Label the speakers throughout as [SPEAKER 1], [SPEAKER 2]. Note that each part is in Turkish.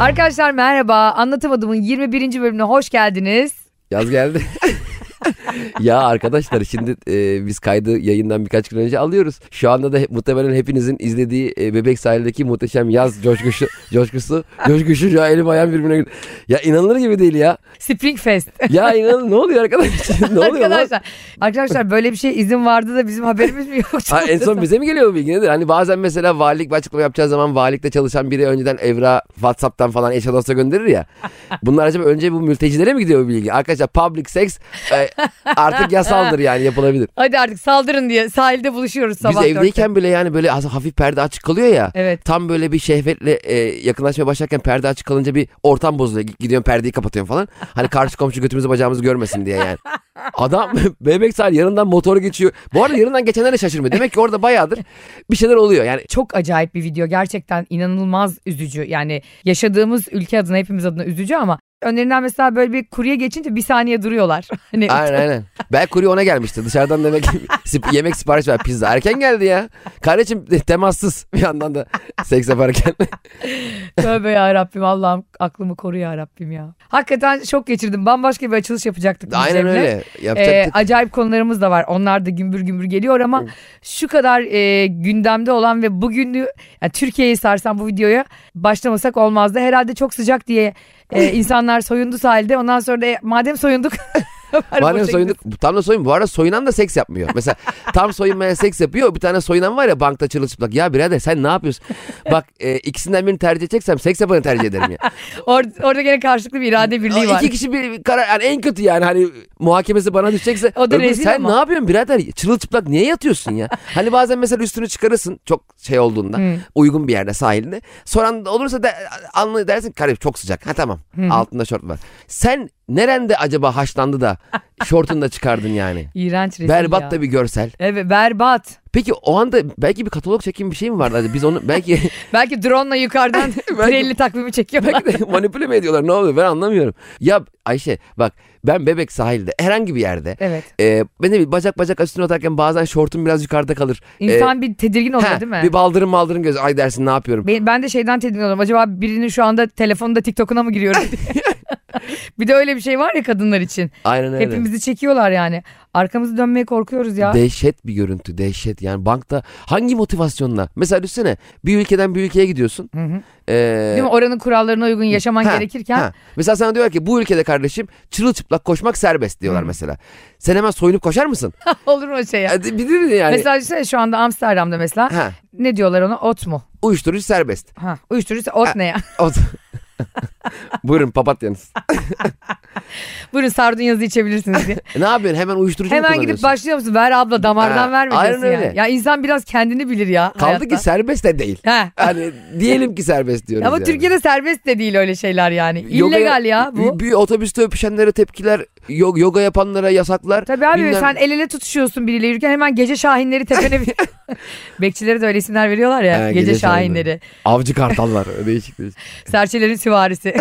[SPEAKER 1] Arkadaşlar merhaba. Anlatamadığımın 21. bölümüne hoş geldiniz.
[SPEAKER 2] Yaz geldi. ya arkadaşlar şimdi e, biz kaydı yayından birkaç gün önce alıyoruz. Şu anda da he- muhtemelen hepinizin izlediği e, Bebek Sahil'deki muhteşem yaz coşkusu, coşkusu, coşkusu ya elim ayağım birbirine girdi. Ya inanılır gibi değil ya.
[SPEAKER 1] Spring Fest.
[SPEAKER 2] Ya inan ne oluyor arkadaş? ne oluyor lan?
[SPEAKER 1] arkadaşlar. Arkadaşlar böyle bir şey izin vardı da bizim haberimiz mi yok?
[SPEAKER 2] Ha, en son bize mi geliyor bu bilgi nedir? Hani bazen mesela valilik bir açıklama yapacağı zaman valilikte çalışan biri önceden evra Whatsapp'tan falan eş dosta gönderir ya. Bunlar acaba önce bu mültecilere mi gidiyor bu bilgi? Arkadaşlar public sex e, artık yasaldır yani yapılabilir.
[SPEAKER 1] Hadi artık saldırın diye sahilde buluşuyoruz sabah.
[SPEAKER 2] Biz evdeyken
[SPEAKER 1] dörtte.
[SPEAKER 2] bile yani böyle az- hafif perde açık kalıyor ya.
[SPEAKER 1] Evet.
[SPEAKER 2] Tam böyle bir şehvetle e, yakınlaşmaya başlarken perde açık kalınca bir ortam bozuluyor. G- Gidiyorum perdeyi kapatıyorum falan. Hani karşı komşu götümüzü bacağımızı görmesin diye yani. Adam bebek sahil yanından motoru geçiyor. Bu arada yanından geçenlere şaşırmıyor. Demek ki orada bayağıdır bir şeyler oluyor. Yani
[SPEAKER 1] Çok acayip bir video. Gerçekten inanılmaz üzücü. Yani yaşadığımız ülke adına hepimiz adına üzücü ama önlerinden mesela böyle bir kurye geçince bir saniye duruyorlar. Hani
[SPEAKER 2] aynen aynen. Belki kurye ona gelmişti. Dışarıdan demek ki sip- yemek sipariş ver pizza. Erken geldi ya. Kardeşim temassız bir yandan da seks yaparken.
[SPEAKER 1] tövbe ya Rabbim Allah'ım aklımı koru ya Rabbim ya. Hakikaten şok geçirdim. Bambaşka bir açılış yapacaktık. biz
[SPEAKER 2] aynen
[SPEAKER 1] Cem'le.
[SPEAKER 2] öyle. şey
[SPEAKER 1] Ee,
[SPEAKER 2] Yapacaktık.
[SPEAKER 1] acayip konularımız da var. Onlar da gümbür gümbür geliyor ama şu kadar e, gündemde olan ve bugünü yani Türkiye'yi sarsan bu videoya başlamasak olmazdı. Herhalde çok sıcak diye e, insanlar soyundu sahilde. Ondan sonra da e, madem soyunduk bari
[SPEAKER 2] Madem
[SPEAKER 1] boşa
[SPEAKER 2] soyunduk tam da soyun. Bu arada soyunan da seks yapmıyor. Mesela tam soyunmaya seks yapıyor. Bir tane soyunan var ya bankta çırılçıplak. Ya birader sen ne yapıyorsun? Bak e, ikisinden birini tercih edeceksem seks yapanı tercih ederim ya.
[SPEAKER 1] gidelim. Or- orada gene karşılıklı bir irade birliği
[SPEAKER 2] Aa,
[SPEAKER 1] var.
[SPEAKER 2] İki kişi bir karar yani en kötü yani hani muhakemesi bana düşecekse.
[SPEAKER 1] O da
[SPEAKER 2] öbürü,
[SPEAKER 1] rezil
[SPEAKER 2] sen
[SPEAKER 1] ama.
[SPEAKER 2] ne yapıyorsun birader? Çırılçıplak niye yatıyorsun ya? Hani bazen mesela üstünü çıkarırsın çok şey olduğunda
[SPEAKER 1] Hmm.
[SPEAKER 2] uygun bir yerde sahilinde. Soran da olursa da anlı dersin kardeşim çok sıcak. Ha tamam
[SPEAKER 1] Hmm.
[SPEAKER 2] altında şort var. Sen nerende acaba haşlandı da şortunu da çıkardın yani?
[SPEAKER 1] İğrenç resim
[SPEAKER 2] Berbat
[SPEAKER 1] ya.
[SPEAKER 2] da bir görsel.
[SPEAKER 1] Evet berbat.
[SPEAKER 2] Peki o anda belki bir katalog çekim bir şey mi vardı? acaba? Biz onu belki
[SPEAKER 1] Belki drone'la yukarıdan
[SPEAKER 2] Belki-
[SPEAKER 1] 50 takvimi çekiyorlar.
[SPEAKER 2] belki de manipüle mi ediyorlar? Ne oluyor? Ben anlamıyorum. Ya Ayşe bak ben bebek sahilde herhangi bir yerde
[SPEAKER 1] Evet.
[SPEAKER 2] e, ben de bir bacak bacak üstüne atarken bazen şortum biraz yukarıda kalır. E,
[SPEAKER 1] İnsan bir tedirgin oluyor
[SPEAKER 2] ha,
[SPEAKER 1] değil mi?
[SPEAKER 2] Bir baldırın maldırın göz. Ay dersin ne yapıyorum?
[SPEAKER 1] Ben, ben de şeyden tedirgin oluyorum. Acaba birinin şu anda telefonunda TikTok'una mı giriyorum? diye. bir de öyle bir şey var ya kadınlar için.
[SPEAKER 2] Aynen öyle.
[SPEAKER 1] Hepimizi çekiyorlar yani. Arkamızı dönmeye korkuyoruz ya.
[SPEAKER 2] Dehşet bir görüntü dehşet yani bankta hangi motivasyonla mesela düşünsene bir ülkeden bir ülkeye gidiyorsun
[SPEAKER 1] hı.
[SPEAKER 2] E,
[SPEAKER 1] Değil mi? Oranın kurallarına uygun yaşaman
[SPEAKER 2] Ha,
[SPEAKER 1] gerekirken
[SPEAKER 2] ha. Mesela sana diyorlar ki bu ülkede kardeşim çırılçıplak koşmak serbest diyorlar mesela. Sen hemen soyunup koşar mısın?
[SPEAKER 1] olur mu o şey ya?
[SPEAKER 2] Hadi bilir yani.
[SPEAKER 1] Mesela işte şu anda Amsterdam'da mesela
[SPEAKER 2] Ha,
[SPEAKER 1] ne diyorlar ona? Ot mu?
[SPEAKER 2] uyuşturucu serbest.
[SPEAKER 1] Ha, uyuşturucu ot ne ya?
[SPEAKER 2] O- Buyurun papatyanız.
[SPEAKER 1] Buyurun sardunyazı içebilirsiniz diye.
[SPEAKER 2] E, ne yapıyorsun hemen uyuşturucu mu
[SPEAKER 1] Hemen gidip
[SPEAKER 2] kullanıyorsun?
[SPEAKER 1] başlıyor musun? Ver abla damardan
[SPEAKER 2] Ha,
[SPEAKER 1] verme
[SPEAKER 2] aynen
[SPEAKER 1] diyorsun yani.
[SPEAKER 2] öyle.
[SPEAKER 1] Ya insan biraz kendini bilir ya
[SPEAKER 2] Kaldı
[SPEAKER 1] hayatta.
[SPEAKER 2] ki serbest de değil.
[SPEAKER 1] Ha.
[SPEAKER 2] Hani diyelim ki serbest diyoruz
[SPEAKER 1] Ama
[SPEAKER 2] yani.
[SPEAKER 1] Türkiye'de serbest de değil öyle şeyler yani.
[SPEAKER 2] Yoga-
[SPEAKER 1] İllegal ya bu.
[SPEAKER 2] Bir, bir otobüste öpüşenlere tepkiler, yo- yoga yapanlara yasaklar.
[SPEAKER 1] Tabii abi
[SPEAKER 2] Bilmem-
[SPEAKER 1] sen el ele tutuşuyorsun biriyle yürürken hemen gece şahinleri tepene bir... Bekçilere de öyle isimler veriyorlar ya.
[SPEAKER 2] Ha,
[SPEAKER 1] gece,
[SPEAKER 2] gece
[SPEAKER 1] şahinleri.
[SPEAKER 2] şahinleri. Avcı kartallar. değişik değişik.
[SPEAKER 1] Serçelerin süvarisi.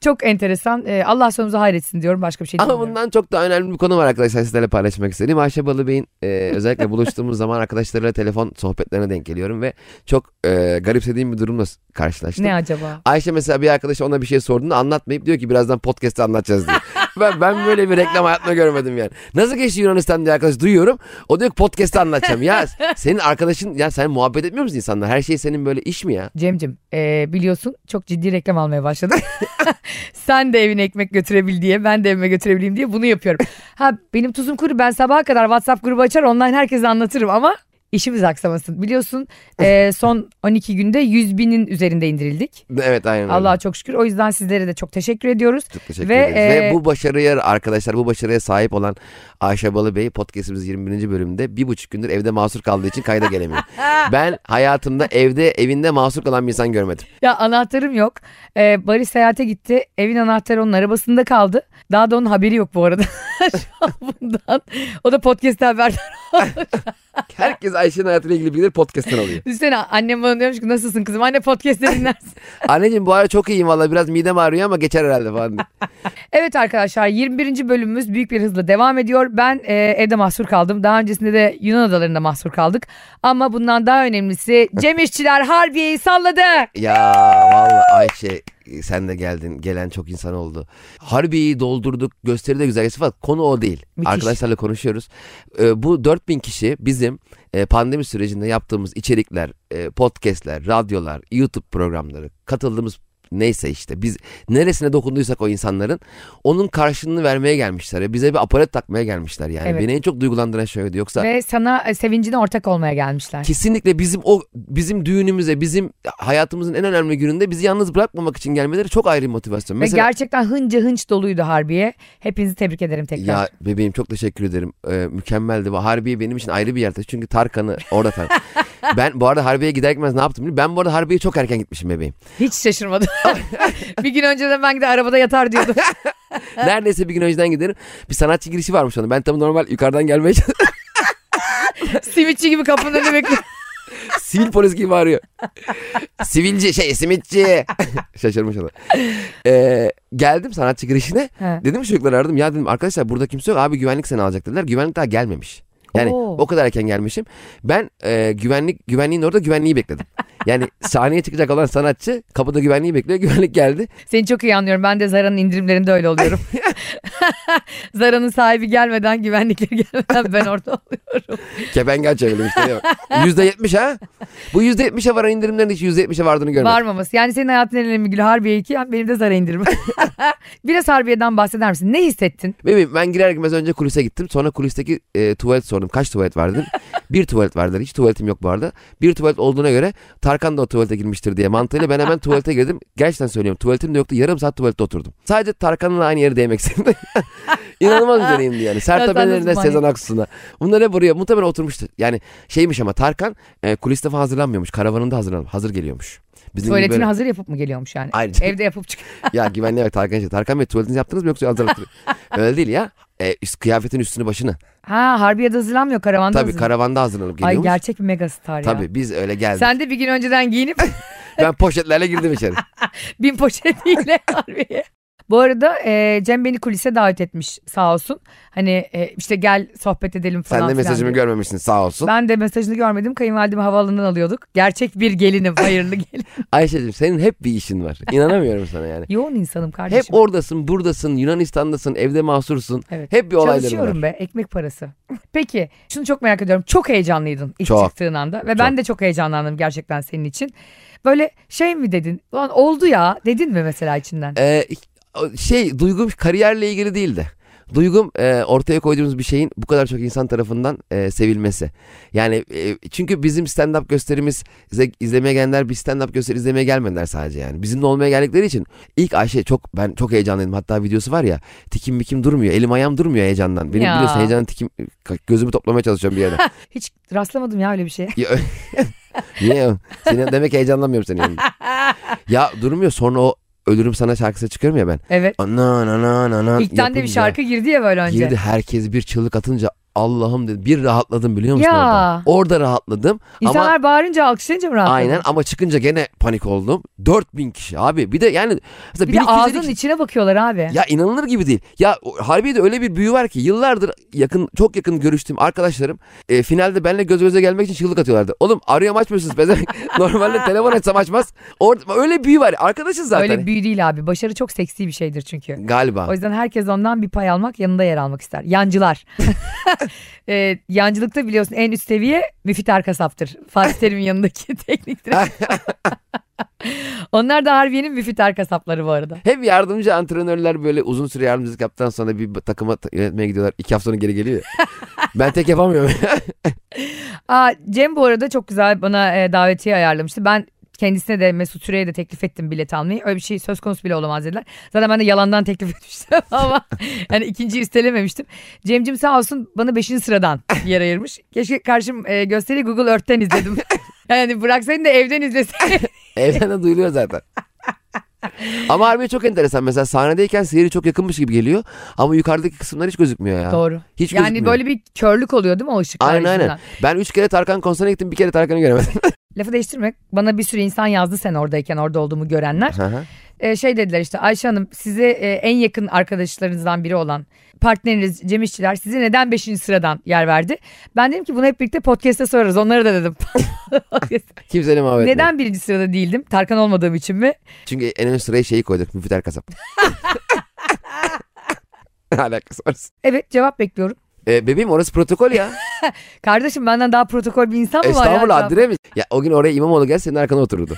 [SPEAKER 1] Çok enteresan. Ee, Allah sonumuzu hayretsin diyorum. Başka bir şey
[SPEAKER 2] Ama
[SPEAKER 1] demiyorum.
[SPEAKER 2] bundan çok daha önemli bir konu var arkadaşlar sizlerle paylaşmak istediğim. Ayşe Balıbey'in e, özellikle buluştuğumuz zaman arkadaşlarıyla telefon sohbetlerine denk geliyorum ve çok e, garipsediğim bir durumla s- karşılaştım.
[SPEAKER 1] Ne acaba?
[SPEAKER 2] Ayşe mesela bir arkadaşı ona bir şey sorduğunda anlatmayıp diyor ki birazdan podcast'te anlatacağız diyor. ben, ben böyle bir reklam hayatımda görmedim yani. Nasıl geçti Yunanistan diye arkadaş duyuyorum. O diyor ki podcast'te anlatacağım. ya senin arkadaşın ya sen muhabbet etmiyor musun insanlar? Her şey senin böyle iş mi ya?
[SPEAKER 1] Cemcim e, biliyorsun çok ciddi reklam almaya başladım. Sen de evine ekmek götürebil diye ben de evime götürebileyim diye bunu yapıyorum. Ha benim tuzum kuru ben sabaha kadar WhatsApp grubu açar online herkese anlatırım ama işimiz aksamasın. Biliyorsun e, son 12 günde 100 binin üzerinde indirildik.
[SPEAKER 2] Evet aynen öyle.
[SPEAKER 1] Allah'a çok şükür. O yüzden sizlere de çok teşekkür ediyoruz.
[SPEAKER 2] Çok teşekkür
[SPEAKER 1] Ve,
[SPEAKER 2] ederiz. Ve
[SPEAKER 1] e,
[SPEAKER 2] bu başarıya arkadaşlar bu başarıya sahip olan Ayşe Balıbey podcastimiz 21. bölümde bir buçuk gündür evde mahsur kaldığı için kayda gelemiyor. ben hayatımda evde evinde mahsur kalan bir insan görmedim.
[SPEAKER 1] Ya anahtarım yok. Ee, Barış seyahate gitti. Evin anahtarı onun arabasında kaldı. Daha da onun haberi yok bu arada. Şu an bundan. O da podcast haberdar olmuş.
[SPEAKER 2] Herkes Ayşe'nin hayatıyla ilgili bilgileri podcast'ten alıyor.
[SPEAKER 1] Düşünsene annem bana diyormuş ki nasılsın kızım anne podcast'te dinlersin.
[SPEAKER 2] Anneciğim bu ara çok iyiyim valla biraz midem ağrıyor ama geçer herhalde falan. diye.
[SPEAKER 1] Evet arkadaşlar 21. bölümümüz büyük bir hızla devam ediyor. Ben e, evde mahsur kaldım. Daha öncesinde de Yunan adalarında mahsur kaldık. Ama bundan daha önemlisi Cem İşçiler Harbiye'yi salladı.
[SPEAKER 2] ya valla Ayşe sen de geldin. Gelen çok insan oldu. Harbiye'yi doldurduk. Gösteri de güzel geçti falan. Konu o değil.
[SPEAKER 1] Müthiş.
[SPEAKER 2] Arkadaşlarla konuşuyoruz. Ee, bu 4000 kişi bizim e, pandemi sürecinde yaptığımız içerikler, e, podcastler, radyolar, YouTube programları, katıldığımız neyse işte biz neresine dokunduysak o insanların onun karşılığını vermeye gelmişler. Ya Bize bir aparat takmaya gelmişler yani.
[SPEAKER 1] Evet.
[SPEAKER 2] Beni en çok duygulandıran şey oydu. Yoksa
[SPEAKER 1] Ve sana e, sevincine ortak olmaya gelmişler.
[SPEAKER 2] Kesinlikle bizim o bizim düğünümüze, bizim hayatımızın en önemli gününde bizi yalnız bırakmamak için gelmeleri çok ayrı bir motivasyon.
[SPEAKER 1] Ve gerçekten hınca hınç doluydu Harbiye. Hepinizi tebrik ederim tekrar.
[SPEAKER 2] ya bebeğim çok teşekkür ederim. Ee, mükemmeldi. Bu Harbiye benim için ayrı bir yer taşıyor. Çünkü Tarkan'ı orada tanıdım. ben bu arada Harbiye'ye gider gitmez ne yaptım biliyor musun? Ben bu arada Harbiye'ye çok erken gitmişim bebeğim.
[SPEAKER 1] Hiç şaşırmadım. bir gün önceden ben de arabada yatar diyordum.
[SPEAKER 2] Neredeyse bir gün önceden giderim. Bir sanatçı girişi varmış onda. Ben tam normal yukarıdan gelmeye çalışıyorum.
[SPEAKER 1] Simitçi gibi kapının önünde bekliyorum.
[SPEAKER 2] Sivil polis gibi bağırıyor. Sivilci şey simitçi. Şaşırmış ona. Ee, geldim sanatçı girişine.
[SPEAKER 1] He.
[SPEAKER 2] Dedim ki çocuklara aradım ya dedim arkadaşlar burada kimse yok abi güvenlik seni alacak dediler. Güvenlik daha gelmemiş. Yani
[SPEAKER 1] Oo.
[SPEAKER 2] o kadar erken gelmişim. Ben e, güvenlik güvenliğin orada güvenliği bekledim. Yani sahneye çıkacak olan sanatçı kapıda güvenliği bekliyor. Güvenlik geldi.
[SPEAKER 1] Seni çok iyi anlıyorum. Ben de Zara'nın indirimlerinde öyle oluyorum. Zara'nın sahibi gelmeden güvenlikleri gelmeden ben orada oluyorum.
[SPEAKER 2] Kepengi açabilirim işte. Yüzde yetmiş ha. Bu yüzde yetmişe varan indirimlerin hiç yüzde yetmişe vardığını görmedim.
[SPEAKER 1] Varmaması. Yani senin hayatın en önemli gülü Harbiye 2 benim de Zara indirimi. Biraz Harbiye'den bahseder misin? Ne hissettin?
[SPEAKER 2] Bebeğim ben girer girmez önce kulise gittim. Sonra kulisteki e, tuvalet sordum. Kaç tuvalet var dedim. bir tuvalet var dediler. Hiç tuvaletim yok bu arada. Bir tuvalet olduğuna göre Tarkan da o tuvalete girmiştir diye mantığıyla ben hemen tuvalete girdim. Gerçekten söylüyorum tuvaletim de yoktu. Yarım saat tuvalette oturdum. Sadece Tarkan'la aynı yere değmek istedim. İnanılmaz bir deneyimdi yani. Sertabelerine
[SPEAKER 1] nasıl
[SPEAKER 2] Sezen Aksu'na. Bunlar hep buraya muhtemelen oturmuştu. Yani şeymiş ama Tarkan e, kuliste falan hazırlanmıyormuş. Karavanında hazırlanıp hazır geliyormuş. Bizim gibi
[SPEAKER 1] Tuvaletini
[SPEAKER 2] böyle-
[SPEAKER 1] hazır yapıp mı geliyormuş yani?
[SPEAKER 2] Ayrıca-
[SPEAKER 1] Evde yapıp çık.
[SPEAKER 2] ya güvenliğe bak Tarkan işte. Tarkan Bey tuvaletinizi yaptınız mı yoksa hazır Öyle değil ya. E, üst, kıyafetin üstünü başını.
[SPEAKER 1] Ha Harbiye'de hazırlanmıyor karavanda
[SPEAKER 2] Tabii
[SPEAKER 1] hazırlan-
[SPEAKER 2] karavanda hazırlanıp
[SPEAKER 1] Ay
[SPEAKER 2] geliyormuş.
[SPEAKER 1] gerçek bir megastar ya.
[SPEAKER 2] Tabii biz öyle geldik.
[SPEAKER 1] Sen de bir gün önceden giyinip
[SPEAKER 2] Ben poşetlerle girdim içeri.
[SPEAKER 1] bin poşetiyle harbiye. Bu arada e, Cem beni kulise davet etmiş sağ olsun. Hani e, işte gel sohbet edelim falan
[SPEAKER 2] Sen de
[SPEAKER 1] filan
[SPEAKER 2] mesajımı
[SPEAKER 1] diyor.
[SPEAKER 2] görmemişsin sağ olsun.
[SPEAKER 1] Ben de mesajını görmedim. Kayınvalidemi havaalanından alıyorduk. Gerçek bir gelinim, hayırlı gelin.
[SPEAKER 2] Ayşe'cim senin hep bir işin var. İnanamıyorum sana yani.
[SPEAKER 1] Yoğun insanım
[SPEAKER 2] Hep
[SPEAKER 1] kardeşim.
[SPEAKER 2] oradasın, buradasın, Yunanistan'dasın, evde mahsursun.
[SPEAKER 1] Evet.
[SPEAKER 2] Hep bir olayların var.
[SPEAKER 1] Çalışıyorum be ekmek parası. Peki şunu çok merak ediyorum. Çok heyecanlıydın ilk
[SPEAKER 2] Çok.
[SPEAKER 1] çıktığın anda ve ben de çok heyecanlandım gerçekten senin için. Böyle şey mi dedin? Ulan oldu ya dedin mi mesela içinden?
[SPEAKER 2] Ee, şey duygum kariyerle ilgili değildi. Duygum e, ortaya koyduğumuz bir şeyin bu kadar çok insan tarafından e, sevilmesi. Yani e, çünkü bizim stand-up gösterimiz ze- izlemeye gelenler bir stand-up gösteri izlemeye gelmediler sadece yani. Bizimle olmaya geldikleri için ilk Ayşe çok ben çok heyecanlıydım. Hatta videosu var ya tikim bikim durmuyor. Elim ayağım durmuyor heyecandan. Benim
[SPEAKER 1] Ya.
[SPEAKER 2] biliyorsun heyecandan tikim gözümü toplamaya çalışıyorum bir yerde.
[SPEAKER 1] Hiç rastlamadım ya öyle bir şeye.
[SPEAKER 2] Ya- Niye? Seni, demek heyecanlanmıyorum senin yanında. Ya durmuyor sonra o Ölürüm Sana şarkısı çıkıyorum ya ben.
[SPEAKER 1] Evet.
[SPEAKER 2] Ana na na na na
[SPEAKER 1] İlkten de bir
[SPEAKER 2] yapınca
[SPEAKER 1] şarkı girdi ya böyle önce.
[SPEAKER 2] Girdi herkes bir çığlık atınca Allah'ım dedi. Bir rahatladım biliyor musun
[SPEAKER 1] Ya.
[SPEAKER 2] orada? Orada rahatladım.
[SPEAKER 1] İnsanlar
[SPEAKER 2] ama
[SPEAKER 1] bağırınca alkışlayınca mı rahatladın?
[SPEAKER 2] aynen ama çıkınca gene panik oldum. 4000 kişi abi. Bir de yani mesela
[SPEAKER 1] Bir, de
[SPEAKER 2] 1250
[SPEAKER 1] ağzının
[SPEAKER 2] kişi-
[SPEAKER 1] içine bakıyorlar abi.
[SPEAKER 2] ya inanılır gibi değil. Ya o- Harbiye'de öyle bir büyü var ki yıllardır yakın çok yakın görüştüğüm arkadaşlarım e, finalde benimle göz göze gelmek için çığlık atıyorlardı. Oğlum arıyorum açmıyorsunuz pezevenk. Normalde telefon açsam açmaz. Orada öyle büyü var. Arkadaşız zaten.
[SPEAKER 1] Öyle büyü değil abi. Başarı çok seksi bir şeydir çünkü.
[SPEAKER 2] Galiba.
[SPEAKER 1] O yüzden herkes ondan bir pay almak, yanında yer almak ister. Yancılar. Ee, yancılıkta biliyorsun en üst seviye Müfit Erkasap'tır. Fatih Terim'in yanındaki teknik direktör. Onlar da Harbiye'nin Müfit Erkasapları bu arada.
[SPEAKER 2] Hep yardımcı antrenörler böyle uzun süre yardımcılık yaptıktan sonra bir takıma ta- yönetmeye gidiyorlar. İki hafta sonra geri geliyor. ya. ben tek yapamıyorum.
[SPEAKER 1] Aa, Cem bu arada çok güzel bana e, davetiye ayarlamıştı. Ben kendisine de Mesut Süre'ye de teklif ettim bilet almayı. Öyle bir şey söz konusu bile olamaz dediler. Zaten ben de yalandan teklif etmiştim ama yani ikinci istelememiştim. Cem'cim sağ olsun bana beşinci sıradan yer ayırmış. Keşke karşım e, gösteri Google Earth'ten izledim. Yani bıraksaydın da evden izleseydin.
[SPEAKER 2] Evden de duyuluyor zaten. Ama harbi çok enteresan. Mesela sahnedeyken seyri çok yakınmış gibi geliyor. Ama yukarıdaki kısımlar hiç gözükmüyor ya.
[SPEAKER 1] Doğru.
[SPEAKER 2] Hiç
[SPEAKER 1] yani
[SPEAKER 2] gözükmüyor.
[SPEAKER 1] böyle bir körlük oluyor değil mi o ışıklar
[SPEAKER 2] Aynen
[SPEAKER 1] yüzünden?
[SPEAKER 2] aynen. Ben üç kere Tarkan konserine gittim. Bir kere Tarkan'ı göremedim.
[SPEAKER 1] Lafı değiştirmek. Bana bir sürü insan yazdı sen oradayken orada olduğumu görenler.
[SPEAKER 2] Hı hı.
[SPEAKER 1] Ee, şey dediler işte Ayşe Hanım size e, en yakın arkadaşlarınızdan biri olan partneriniz Cem İşçiler size neden 5. sıradan yer verdi? Ben dedim ki bunu hep birlikte podcast'te sorarız onlara da dedim.
[SPEAKER 2] Kimseyle muhabbet etmedim.
[SPEAKER 1] neden birinci sırada değildim? Tarkan olmadığım için mi?
[SPEAKER 2] Çünkü en ön sıraya şeyi koyduk. Müfiter Kasap. Ne alakası var?
[SPEAKER 1] Evet cevap bekliyorum.
[SPEAKER 2] E, bebeğim orası protokol ya.
[SPEAKER 1] Kardeşim benden daha protokol bir insan mı var? ya?
[SPEAKER 2] estağfurullah haddine mi? Ya o gün oraya İmamoğlu gel senin arkana otururdu.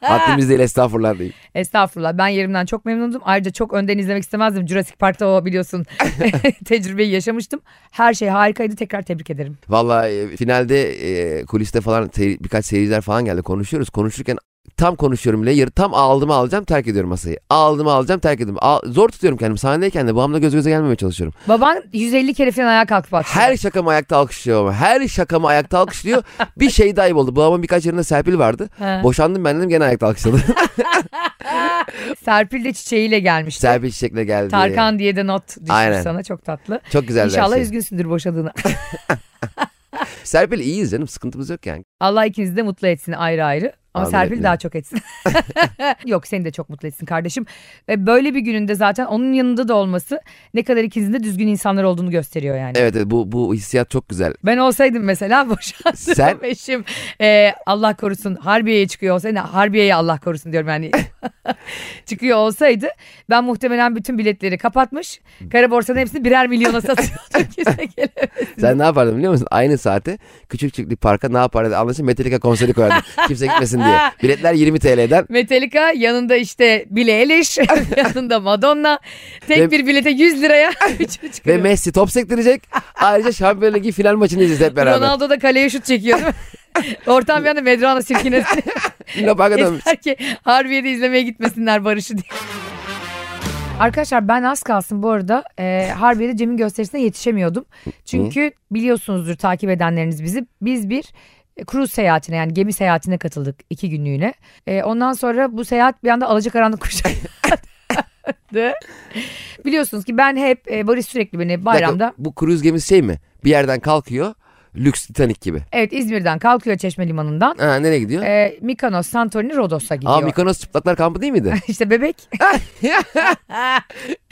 [SPEAKER 2] Haddimiz değil estağfurullah değil.
[SPEAKER 1] Estağfurullah ben yerimden çok memnundum. Ayrıca çok önden izlemek istemezdim. Jurassic Park'ta o biliyorsun tecrübeyi yaşamıştım. Her şey harikaydı tekrar tebrik ederim.
[SPEAKER 2] Vallahi e, finalde e, kuliste falan seyir- birkaç seyirciler falan geldi konuşuyoruz. Konuşurken tam konuşuyorum bile yarı tam aldığımı alacağım terk ediyorum masayı. Aldığımı alacağım terk ediyorum. Al- zor tutuyorum kendimi sahnedeyken de babamla göz göze gelmemeye çalışıyorum.
[SPEAKER 1] Baban 150 kere falan ayağa kalkıp attı.
[SPEAKER 2] Her şakamı ayakta alkışlıyor ama her şakamı ayakta alkışlıyor. bir şey dayıp oldu. Babamın birkaç yerinde serpil vardı.
[SPEAKER 1] He.
[SPEAKER 2] Boşandım ben dedim gene ayakta alkışladı.
[SPEAKER 1] Serpil de çiçeğiyle gelmişti.
[SPEAKER 2] serpil çiçekle geldi.
[SPEAKER 1] Tarkan diye de not düşmüş
[SPEAKER 2] Aynen.
[SPEAKER 1] sana çok tatlı.
[SPEAKER 2] Çok güzel
[SPEAKER 1] İnşallah
[SPEAKER 2] İnşallah şey.
[SPEAKER 1] üzgünsündür boşadığını.
[SPEAKER 2] Serpil iyiyiz canım sıkıntımız yok yani.
[SPEAKER 1] Allah ikinizi de mutlu etsin ayrı ayrı. Ama
[SPEAKER 2] Amin,
[SPEAKER 1] Serpil
[SPEAKER 2] amin.
[SPEAKER 1] daha çok etsin. Yok seni de çok mutlu etsin kardeşim. Ve böyle bir gününde zaten onun yanında da olması ne kadar ikinizin de düzgün insanlar olduğunu gösteriyor yani.
[SPEAKER 2] Evet evet, bu, bu hissiyat çok güzel.
[SPEAKER 1] Ben olsaydım mesela boşandığım
[SPEAKER 2] Sen-
[SPEAKER 1] eşim e, Allah korusun Harbiye'ye çıkıyor olsaydı Harbiye'ye Allah korusun diyorum yani çıkıyor olsaydı ben muhtemelen bütün biletleri kapatmış kara borsanın hepsini birer milyona satıyordum kimse gelemez.
[SPEAKER 2] Sen ne yapardın biliyor musun? Aynı saate Küçükçüklü Park'a ne yapardın anlaşın Metallica konseri koyardın. Kimse gitmesin diye. Biletler 20 TL'den.
[SPEAKER 1] Metallica yanında işte Billie Eilish yanında Madonna tek
[SPEAKER 2] Ve-
[SPEAKER 1] bir bilete 100 liraya üçünü
[SPEAKER 2] Ve
[SPEAKER 1] çıkarıyor.
[SPEAKER 2] Messi top sektirecek. Ayrıca Şampiyonlar Ligi final maçını izleyeceğiz hep beraber.
[SPEAKER 1] Ronaldo da kaleye şut çekiyor değil mi? Ortam bir anda Medrano sirkinesi.
[SPEAKER 2] Luna Park'a dönmüş.
[SPEAKER 1] Yeter ki Harbiye'de izlemeye gitmesinler Barış'ı diye. Arkadaşlar ben az kalsın bu arada e, Harbiye'de Cem'in gösterisine yetişemiyordum. Çünkü biliyorsunuzdur takip edenleriniz bizi. Biz bir e, cruise seyahatine yani gemi seyahatine katıldık iki günlüğüne. E, ondan sonra bu seyahat bir anda alacakaranlık kuşağı. Biliyorsunuz ki ben hep e, Barış sürekli beni
[SPEAKER 2] Bir dakika,
[SPEAKER 1] bayramda
[SPEAKER 2] Bu kruz gemisi şey mi? Bir yerden kalkıyor. Lüks Titanic gibi.
[SPEAKER 1] evet İzmir'den kalkıyor Çeşme Limanı'ndan.
[SPEAKER 2] Ha, nereye gidiyor?
[SPEAKER 1] E, Mikonos, Santorini, Rodos'a gidiyor.
[SPEAKER 2] Aa Mikonos çıplaklar kampı değil miydi?
[SPEAKER 1] işte bebek.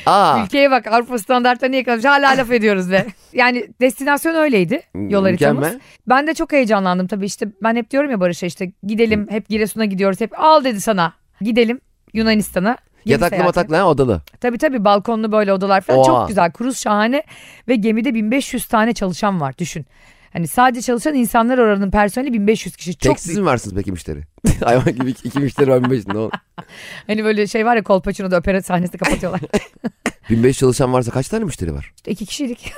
[SPEAKER 2] Aa.
[SPEAKER 1] Ülkeye bak Avrupa standartlarını yakalamış. Hala laf ediyoruz be. Yani destinasyon öyleydi yol haritamız.
[SPEAKER 2] Mükemmel.
[SPEAKER 1] Ben de çok heyecanlandım tabii işte ben hep diyorum ya Barış'a işte gidelim hep Giresun'a gidiyoruz hep al dedi sana. Gidelim Yunanistan'a. Gemi
[SPEAKER 2] Yataklı
[SPEAKER 1] seyahati.
[SPEAKER 2] mataklı ha, odalı.
[SPEAKER 1] Tabii tabii balkonlu böyle odalar falan
[SPEAKER 2] Oha.
[SPEAKER 1] çok güzel. Kruz şahane ve gemide 1500 tane çalışan var düşün. Hani sadece çalışan insanlar oranın personeli 1500 kişi. Çok
[SPEAKER 2] Tek siz mi varsınız peki müşteri? Hayvan gibi iki, iki müşteri var 1500. Ne oldu?
[SPEAKER 1] hani böyle şey var ya Kolpaçino'da opera sahnesi kapatıyorlar.
[SPEAKER 2] 1500 çalışan varsa kaç tane müşteri var?
[SPEAKER 1] işte iki kişilik.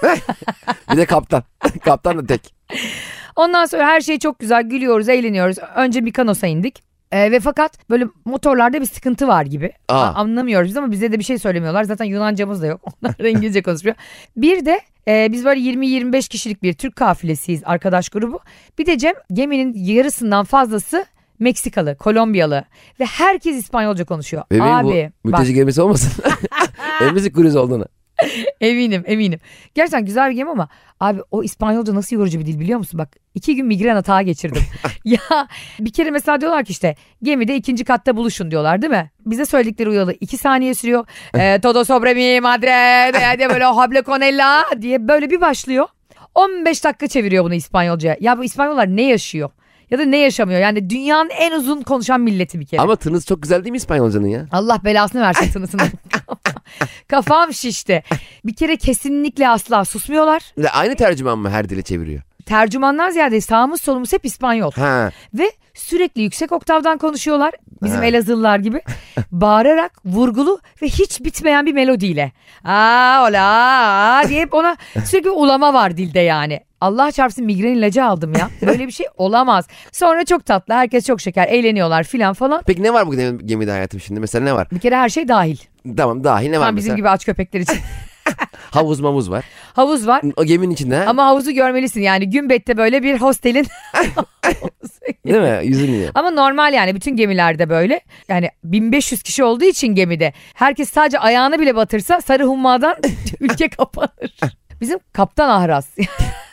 [SPEAKER 2] Bir de kaptan. kaptan da tek.
[SPEAKER 1] Ondan sonra her şey çok güzel gülüyoruz, eğleniyoruz. Önce Mikanos'a indik. Ee, ve fakat böyle motorlarda bir sıkıntı var gibi.
[SPEAKER 2] Aa.
[SPEAKER 1] A- anlamıyoruz biz ama bize de bir şey söylemiyorlar. Zaten Yunancamız da yok. Onlar da İngilizce konuşuyor. Bir de e, biz böyle 20-25 kişilik bir Türk kafilesiyiz arkadaş grubu. Bir de Cem geminin yarısından fazlası Meksikalı, Kolombiyalı ve herkes İspanyolca konuşuyor.
[SPEAKER 2] Bebeğim
[SPEAKER 1] Abi
[SPEAKER 2] bu
[SPEAKER 1] bak
[SPEAKER 2] mülteci gemisi olmasın? Emmizi kruz olduğunu.
[SPEAKER 1] eminim eminim. Gerçekten güzel bir gemi ama abi o İspanyolca nasıl yorucu bir dil biliyor musun? Bak iki gün migren atağı geçirdim. ya bir kere mesela diyorlar ki işte gemide ikinci katta buluşun diyorlar değil mi? Bize söyledikleri uyalı iki saniye sürüyor. Eee, todo sobre mi madre diye- diye böyle hable con ella diye böyle bir başlıyor. 15 dakika çeviriyor bunu İspanyolca'ya. Ya bu İspanyollar ne yaşıyor? Ya da ne yaşamıyor? Yani dünyanın en uzun konuşan milleti bir kere.
[SPEAKER 2] Ama tınız çok güzel değil mi İspanyolcanın ya?
[SPEAKER 1] Allah belasını versin sınısını. Kafam şişti. Bir kere kesinlikle asla susmuyorlar.
[SPEAKER 2] Ve Aynı tercüman mı her dile çeviriyor?
[SPEAKER 1] Tercümandan ziyade sağımız solumuz hep İspanyol.
[SPEAKER 2] Ha.
[SPEAKER 1] Ve sürekli yüksek oktavdan konuşuyorlar. Bizim
[SPEAKER 2] Ha.
[SPEAKER 1] Elazığlılar gibi. Bağırarak, vurgulu ve hiç bitmeyen bir melodiyle. Aa ola aa diye hep ona sürekli bir ulama var dilde yani. Allah çarpsın migren ilacı aldım ya. Böyle bir şey olamaz. Sonra çok tatlı. Herkes çok şeker. Eğleniyorlar filan falan.
[SPEAKER 2] Peki ne var bu gemi- gemide hayatım şimdi? Mesela ne var?
[SPEAKER 1] Bir kere her şey dahil.
[SPEAKER 2] Tamam dahil ne var
[SPEAKER 1] Tam bizim
[SPEAKER 2] mesela?
[SPEAKER 1] gibi aç köpekler için.
[SPEAKER 2] Havuz mamuz var.
[SPEAKER 1] Havuz var.
[SPEAKER 2] O geminin içinde ha?
[SPEAKER 1] Ama havuzu görmelisin yani Gümbet'te böyle bir hostelin.
[SPEAKER 2] Değil mi? Yüzünü yiyor.
[SPEAKER 1] Ama normal yani bütün gemilerde böyle. Yani 1500 kişi olduğu için gemide herkes sadece ayağını bile batırsa sarı hummadan ülke kapanır. Bizim kaptan ahraz.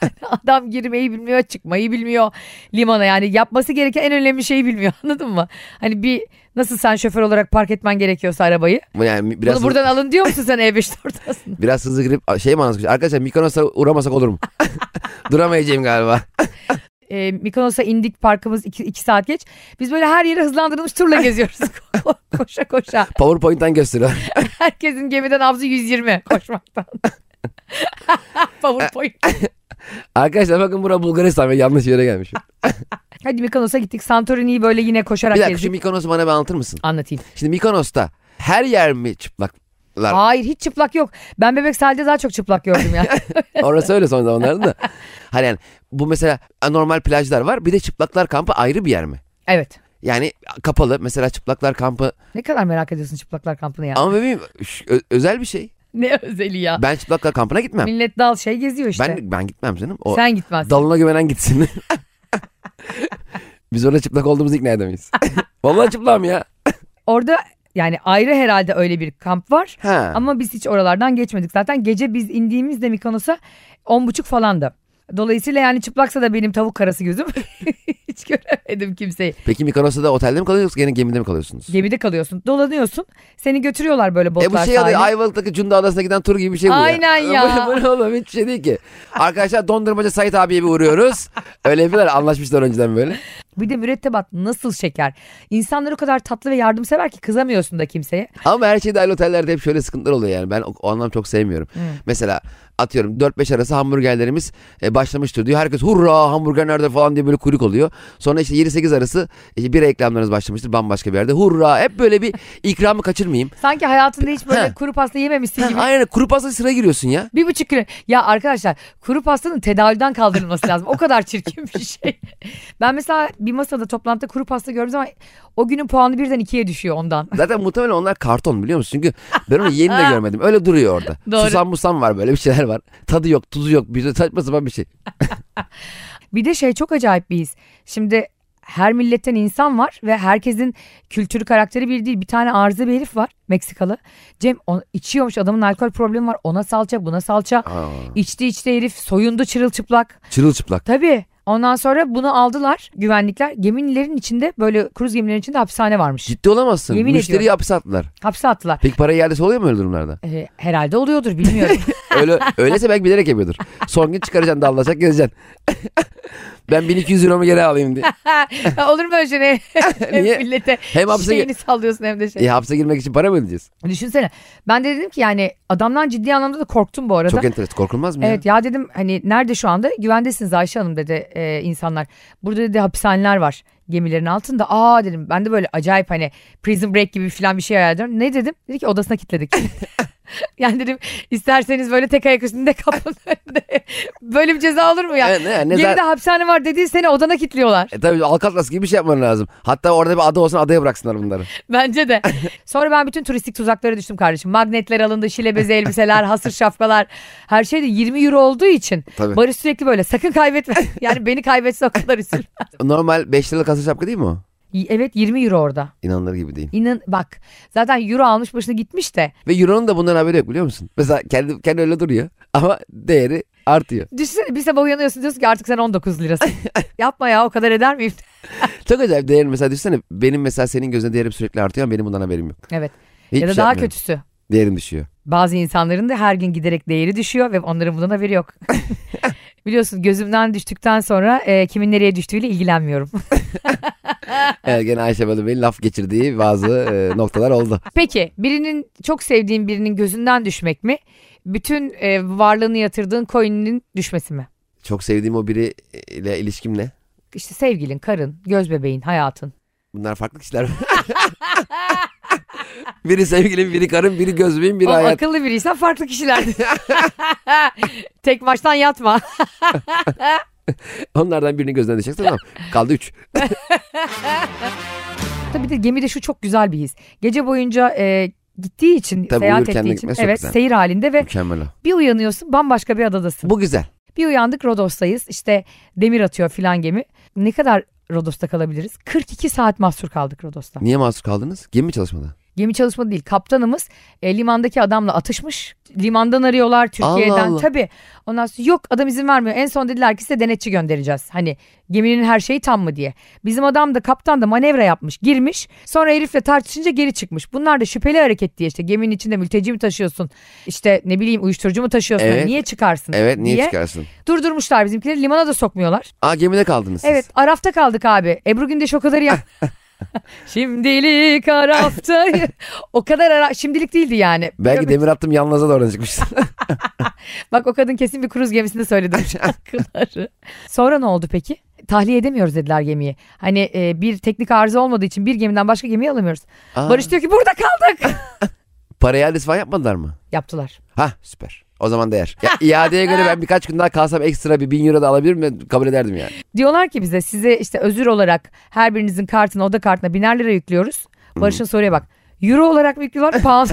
[SPEAKER 1] Adam girmeyi bilmiyor, çıkmayı bilmiyor limana. Yani yapması gereken en önemli şeyi bilmiyor. Anladın mı? Hani bir nasıl sen şoför olarak park etmen gerekiyorsa arabayı.
[SPEAKER 2] Bu Yani biraz
[SPEAKER 1] Bunu buradan alın diyor musun sen E E5 ortasında?
[SPEAKER 2] Biraz hızlı girip şey mi anlatmış? Arkadaşlar Mikonos'a uğramasak olur mu? Duramayacağım galiba.
[SPEAKER 1] e, Mikonos'a indik parkımız iki, iki saat geç. Biz böyle her yeri hızlandırılmış turla geziyoruz. Ko- koşa koşa.
[SPEAKER 2] PowerPoint'ten gösteriyor.
[SPEAKER 1] Herkesin gemiden nabzı 120 koşmaktan. PowerPoint.
[SPEAKER 2] Arkadaşlar bakın bura Bulgaristan ve yanlış yere gelmişim.
[SPEAKER 1] Hadi Mikonos'a gittik. Santorini'yi böyle yine koşarak
[SPEAKER 2] Bir dakika
[SPEAKER 1] gezdik.
[SPEAKER 2] şu Mikonos'u bana bir anlatır mısın?
[SPEAKER 1] Anlatayım.
[SPEAKER 2] Şimdi Mikonos'ta her yer mi çıplaklar?
[SPEAKER 1] Hayır hiç çıplak yok. Ben bebek sahilde daha çok çıplak gördüm ya.
[SPEAKER 2] Orası öyle son zamanlarda da. Hani yani bu mesela normal plajlar var. Bir de çıplaklar kampı ayrı bir yer mi?
[SPEAKER 1] evet.
[SPEAKER 2] Yani kapalı mesela çıplaklar kampı.
[SPEAKER 1] Ne kadar merak ediyorsun çıplaklar kampını ya.
[SPEAKER 2] Ama bebeğim şu- ö- özel bir şey.
[SPEAKER 1] ne özeli ya.
[SPEAKER 2] Ben çıplaklar kampına gitmem.
[SPEAKER 1] Millet dal şey geziyor işte.
[SPEAKER 2] Ben ben gitmem canım. O
[SPEAKER 1] Sen gitmezsin.
[SPEAKER 2] dalına güvenen gitsin. Biz orada çıplak olduğumuzu ikna edemeyiz. Vallahi çıplağım ya.
[SPEAKER 1] Orada yani ayrı herhalde öyle bir kamp var.
[SPEAKER 2] Ha.
[SPEAKER 1] Ama biz hiç oralardan geçmedik. Zaten gece biz indiğimizde Mikonos'a on buçuk falandı. Dolayısıyla yani çıplaksa da benim tavuk karası gözüm. hiç göremedim kimseyi.
[SPEAKER 2] Peki Mikonos'ta da otelde mi kalıyorsunuz yoksa gene gemide mi kalıyorsunuz?
[SPEAKER 1] Gemide kalıyorsun. Dolanıyorsun. Seni götürüyorlar böyle botlar
[SPEAKER 2] E bu şey ya da
[SPEAKER 1] sahile.
[SPEAKER 2] Ayvalık'taki Cunda Adası'na giden tur gibi bir şey bu
[SPEAKER 1] Aynen
[SPEAKER 2] ya.
[SPEAKER 1] ya.
[SPEAKER 2] Bu ne- bu ne oğlum hiçbir şey değil ki. Arkadaşlar dondurmacı Sait abiye bir uğruyoruz. Öyle yapıyorlar anlaşmışlar önceden böyle.
[SPEAKER 1] Bir de mürettebat nasıl şeker. İnsanlar o kadar tatlı ve yardımsever ki kızamıyorsun da kimseye.
[SPEAKER 2] Ama her şeyde aynı otellerde hep şöyle sıkıntılar oluyor yani. Ben o, o anlam çok sevmiyorum. Mesela atıyorum 4-5 arası hamburgerlerimiz e, başlamıştır diyor. Herkes hurra hamburger nerede falan diye böyle kuyruk oluyor. Sonra işte 7-8 arası işte bir reklamlarınız başlamıştır bambaşka bir yerde. Hurra hep böyle bir ikramı kaçırmayayım.
[SPEAKER 1] Sanki hayatında hiç böyle
[SPEAKER 2] Ha.
[SPEAKER 1] kuru pasta yememişsin gibi.
[SPEAKER 2] Aynen kuru pasta sıra giriyorsun ya.
[SPEAKER 1] Bir buçuk kilo. Ya arkadaşlar kuru pastanın tedavülden kaldırılması lazım. O kadar çirkin bir şey. Ben mesela bir masada toplantıda kuru pasta gördüğüm zaman o günün puanı birden ikiye düşüyor ondan.
[SPEAKER 2] Zaten muhtemelen onlar karton biliyor musun? Çünkü ben onu yeni de görmedim. Öyle duruyor orada.
[SPEAKER 1] Doğru.
[SPEAKER 2] Susam musam var böyle bir şeyler var. Tadı yok, tuzu yok. Bir de saçma sapan bir şey.
[SPEAKER 1] Bir de şey çok acayip bir his. Şimdi her milletten insan var ve herkesin kültürü karakteri bir değil. Bir tane arıza bir herif var Meksikalı. Cem o- içiyormuş adamın alkol problemi var. Ona salça buna salça.
[SPEAKER 2] Aa,
[SPEAKER 1] İçti içti herif soyundu çırılçıplak.
[SPEAKER 2] çırılçıplak.
[SPEAKER 1] Tabii. Ondan sonra bunu aldılar güvenlikler. Gemilerin içinde böyle kruz gemilerin içinde hapishane varmış.
[SPEAKER 2] Ciddi olamazsın.
[SPEAKER 1] Yemin
[SPEAKER 2] Müşteriyi
[SPEAKER 1] ediyorum.
[SPEAKER 2] hapse attılar.
[SPEAKER 1] Hapse attılar.
[SPEAKER 2] Peki para iadesi oluyor mu öyle durumlarda?
[SPEAKER 1] Ee, herhalde oluyordur bilmiyorum.
[SPEAKER 2] Öyle, öyleyse belki bilerek yapıyordur. Son gün çıkaracaksın dallaşacak gezeceksin. ben 1200 euromu geri alayım diye.
[SPEAKER 1] Olur mu öyle şey? Ne-
[SPEAKER 2] Niye?
[SPEAKER 1] Millete
[SPEAKER 2] Hem hapse,
[SPEAKER 1] şeyini sallıyorsun hem de şey.
[SPEAKER 2] e, hapse girmek için para mı ödeyeceğiz?
[SPEAKER 1] Düşünsene. Ben de dedim ki yani adamdan ciddi anlamda da korktum bu arada.
[SPEAKER 2] Çok enteresan. Korkulmaz mı
[SPEAKER 1] E, Evet ya dedim hani nerede şu anda? Güvendesiniz Ayşe Hanım dedi e, insanlar. Burada dedi hapishaneler var gemilerin altında. Aa dedim ben de böyle acayip hani prison break gibi falan bir şey hayal ediyorum. Ne dedim? Dedi ki odasına kilitledik. yani dedim isterseniz böyle tek ayak üstünde kapının önünde. böyle bir ceza olur mu
[SPEAKER 2] ya?
[SPEAKER 1] ya?
[SPEAKER 2] E, ne, ne
[SPEAKER 1] Gemide
[SPEAKER 2] zaten-
[SPEAKER 1] hapishane var dediği seni odana kilitliyorlar.
[SPEAKER 2] E, tabii Alcatraz gibi bir şey yapman lazım. Hatta orada bir ada olsun adaya bıraksınlar bunları.
[SPEAKER 1] Bence de. Sonra ben bütün turistik tuzaklara düştüm kardeşim. Magnetler alındı, şile bezi elbiseler, hasır şapkalar. Her şey de 20 euro olduğu için.
[SPEAKER 2] Tabii.
[SPEAKER 1] Barış sürekli böyle sakın kaybetme. Yani beni kaybetse o kadar üzülür.
[SPEAKER 2] Normal 5 liralık hasır şapka değil mi o?
[SPEAKER 1] Y- Evet 20 euro orada.
[SPEAKER 2] İnanılır gibi değil.
[SPEAKER 1] İnan bak zaten euro almış başına gitmiş de.
[SPEAKER 2] Ve Euro'nun da bundan haberi yok biliyor musun? Mesela kendi, kendi öyle duruyor ama değeri artıyor.
[SPEAKER 1] Düşünsene bir sabah uyanıyorsun diyorsun ki artık sen 19 lirasın. Yapma ya o kadar eder miyim?
[SPEAKER 2] Çok acayip değer mesela düşünsene benim mesela senin gözüne değerim sürekli artıyor ama benim bundan haberim yok.
[SPEAKER 1] Evet.
[SPEAKER 2] Hiçbir
[SPEAKER 1] ya da
[SPEAKER 2] şey
[SPEAKER 1] daha
[SPEAKER 2] yapmıyorum.
[SPEAKER 1] kötüsü.
[SPEAKER 2] Değerim düşüyor.
[SPEAKER 1] Bazı insanların da her gün giderek değeri düşüyor ve onların bundan haberi yok. Biliyorsun gözümden düştükten sonra e, kimin nereye düştüğüyle ilgilenmiyorum.
[SPEAKER 2] Evet gene Ayşe Balı Bey'in laf geçirdiği bazı e, noktalar oldu.
[SPEAKER 1] Peki birinin çok sevdiğin birinin gözünden düşmek mi? Bütün e, varlığını yatırdığın coin'inin düşmesi mi?
[SPEAKER 2] Çok sevdiğim o e, biriyle ilişkimle.
[SPEAKER 1] İşte sevgilin, karın, göz bebeğin, hayatın.
[SPEAKER 2] Bunlar farklı kişiler. biri sevgilim, biri karım, biri gözümün, biri
[SPEAKER 1] o
[SPEAKER 2] hayat.
[SPEAKER 1] akıllı biriysen farklı kişiler. Tek maçtan yatma.
[SPEAKER 2] Onlardan birinin gözüne düşecekse tamam. Kaldı üç.
[SPEAKER 1] Tabii bir de gemide şu çok güzel bir his. Gece boyunca e, gittiği için
[SPEAKER 2] Tabii
[SPEAKER 1] seyahat
[SPEAKER 2] uyurken de
[SPEAKER 1] ettiği için
[SPEAKER 2] gitmesi çok
[SPEAKER 1] evet
[SPEAKER 2] güzel.
[SPEAKER 1] seyir halinde ve
[SPEAKER 2] Mükemmel o.
[SPEAKER 1] bir uyanıyorsun bambaşka bir adadasın.
[SPEAKER 2] Bu güzel.
[SPEAKER 1] Bir uyandık Rodos'tayız işte demir atıyor filan gemi. Ne kadar Rodos'ta kalabiliriz? 42 saat mahsur kaldık Rodos'ta.
[SPEAKER 2] Niye mahsur kaldınız? Gemi mi çalışmadı?
[SPEAKER 1] Gemi çalışma değil. Kaptanımız e, limandaki adamla atışmış. Limandan arıyorlar Türkiye'den.
[SPEAKER 2] Allah Allah.
[SPEAKER 1] Tabii. Ondan sonra yok adam izin vermiyor. En son dediler ki size denetçi göndereceğiz. Hani geminin her şeyi tam mı diye. Bizim adam da kaptan da manevra yapmış. Girmiş. Sonra herifle tartışınca geri çıkmış. Bunlar da şüpheli hareket diye işte geminin içinde mülteci mi taşıyorsun? İşte ne bileyim uyuşturucu mu taşıyorsun?
[SPEAKER 2] Evet.
[SPEAKER 1] Niye çıkarsın?
[SPEAKER 2] Evet niye
[SPEAKER 1] diye.
[SPEAKER 2] çıkarsın?
[SPEAKER 1] Durdurmuşlar bizimkileri. Limana da sokmuyorlar.
[SPEAKER 2] Aa gemide kaldınız siz.
[SPEAKER 1] Evet Araf'ta kaldık abi. Ebru Gündeş o kadar ya. Şimdilik Araf'ta. o kadar ara... şimdilik değildi yani.
[SPEAKER 2] Belki
[SPEAKER 1] Yok,
[SPEAKER 2] demir attım yalnaza da oradan çıkmışsın.
[SPEAKER 1] Bak o kadın kesin bir kruz gemisinde söyledi bu şarkıları. Sonra ne oldu peki? Tahliye edemiyoruz dediler gemiyi. Hani e, bir teknik arıza olmadığı için bir gemiden başka gemiyi alamıyoruz.
[SPEAKER 2] Aa,
[SPEAKER 1] Barış diyor ki burada kaldık.
[SPEAKER 2] Parayı halde falan yapmadılar mı?
[SPEAKER 1] Yaptılar.
[SPEAKER 2] Ha süper. O zaman değer. Ya, iadeye göre ben birkaç gün daha kalsam ekstra bir bin euro da alabilir miyim? Kabul ederdim yani.
[SPEAKER 1] Diyorlar ki bize size işte özür olarak her birinizin kartına oda kartına biner lira yüklüyoruz. Barış'ın soruya bak. Euro olarak mı yüklüyorlar? Pound.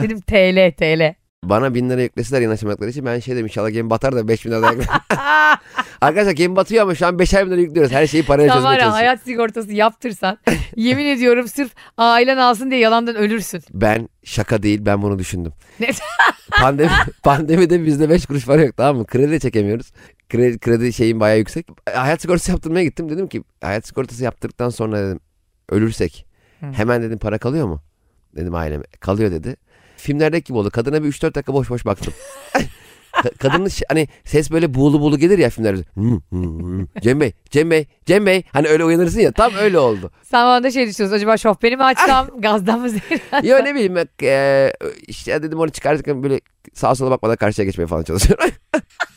[SPEAKER 1] Dedim TL TL.
[SPEAKER 2] Bana bin lira yükleseler yanaşamadıkları için ben şey dedim inşallah gemi batar da beş bin lira daha yükle-
[SPEAKER 1] Ah,
[SPEAKER 2] Arkadaşlar gemi batıyor ama şu an beşer bin lira yüklüyoruz. Her şeyi parayla çözmeye
[SPEAKER 1] Tamara
[SPEAKER 2] çalışıyoruz.
[SPEAKER 1] hayat sigortası yaptırsan yemin ediyorum sırf ailen alsın diye yalandan ölürsün.
[SPEAKER 2] Ben şaka değil ben bunu düşündüm.
[SPEAKER 1] Ne?
[SPEAKER 2] Pandemi, pandemide bizde 5 kuruş para yok tamam mı? Kredi de çekemiyoruz. Kredi, kredi şeyim bayağı yüksek. E, Hayat sigortası yaptırmaya gittim. Dedim ki hayat sigortası yaptırdıktan sonra dedim ölürsek
[SPEAKER 1] Hı.
[SPEAKER 2] hemen dedim para kalıyor mu? Dedim aileme E, kalıyor dedi. Filmlerdeki gibi oldu. Kadına bir 3-4 dakika boş boş baktım. Ka- Kadının şey- hani ses böyle buğulu buğulu gelir ya filmlerde. Cem Bey, Cem Bey, Cem Bey. Hani öyle uyanırsın ya tam öyle oldu.
[SPEAKER 1] Sen bana da şey düşünüyorsun acaba şofbeni mi açsam gazdan mı zehirlensem?
[SPEAKER 2] Ya ne bileyim bak, e, işte dedim onu çıkartırken böyle sağa sola bakmadan karşıya geçmeye falan çalışıyorum.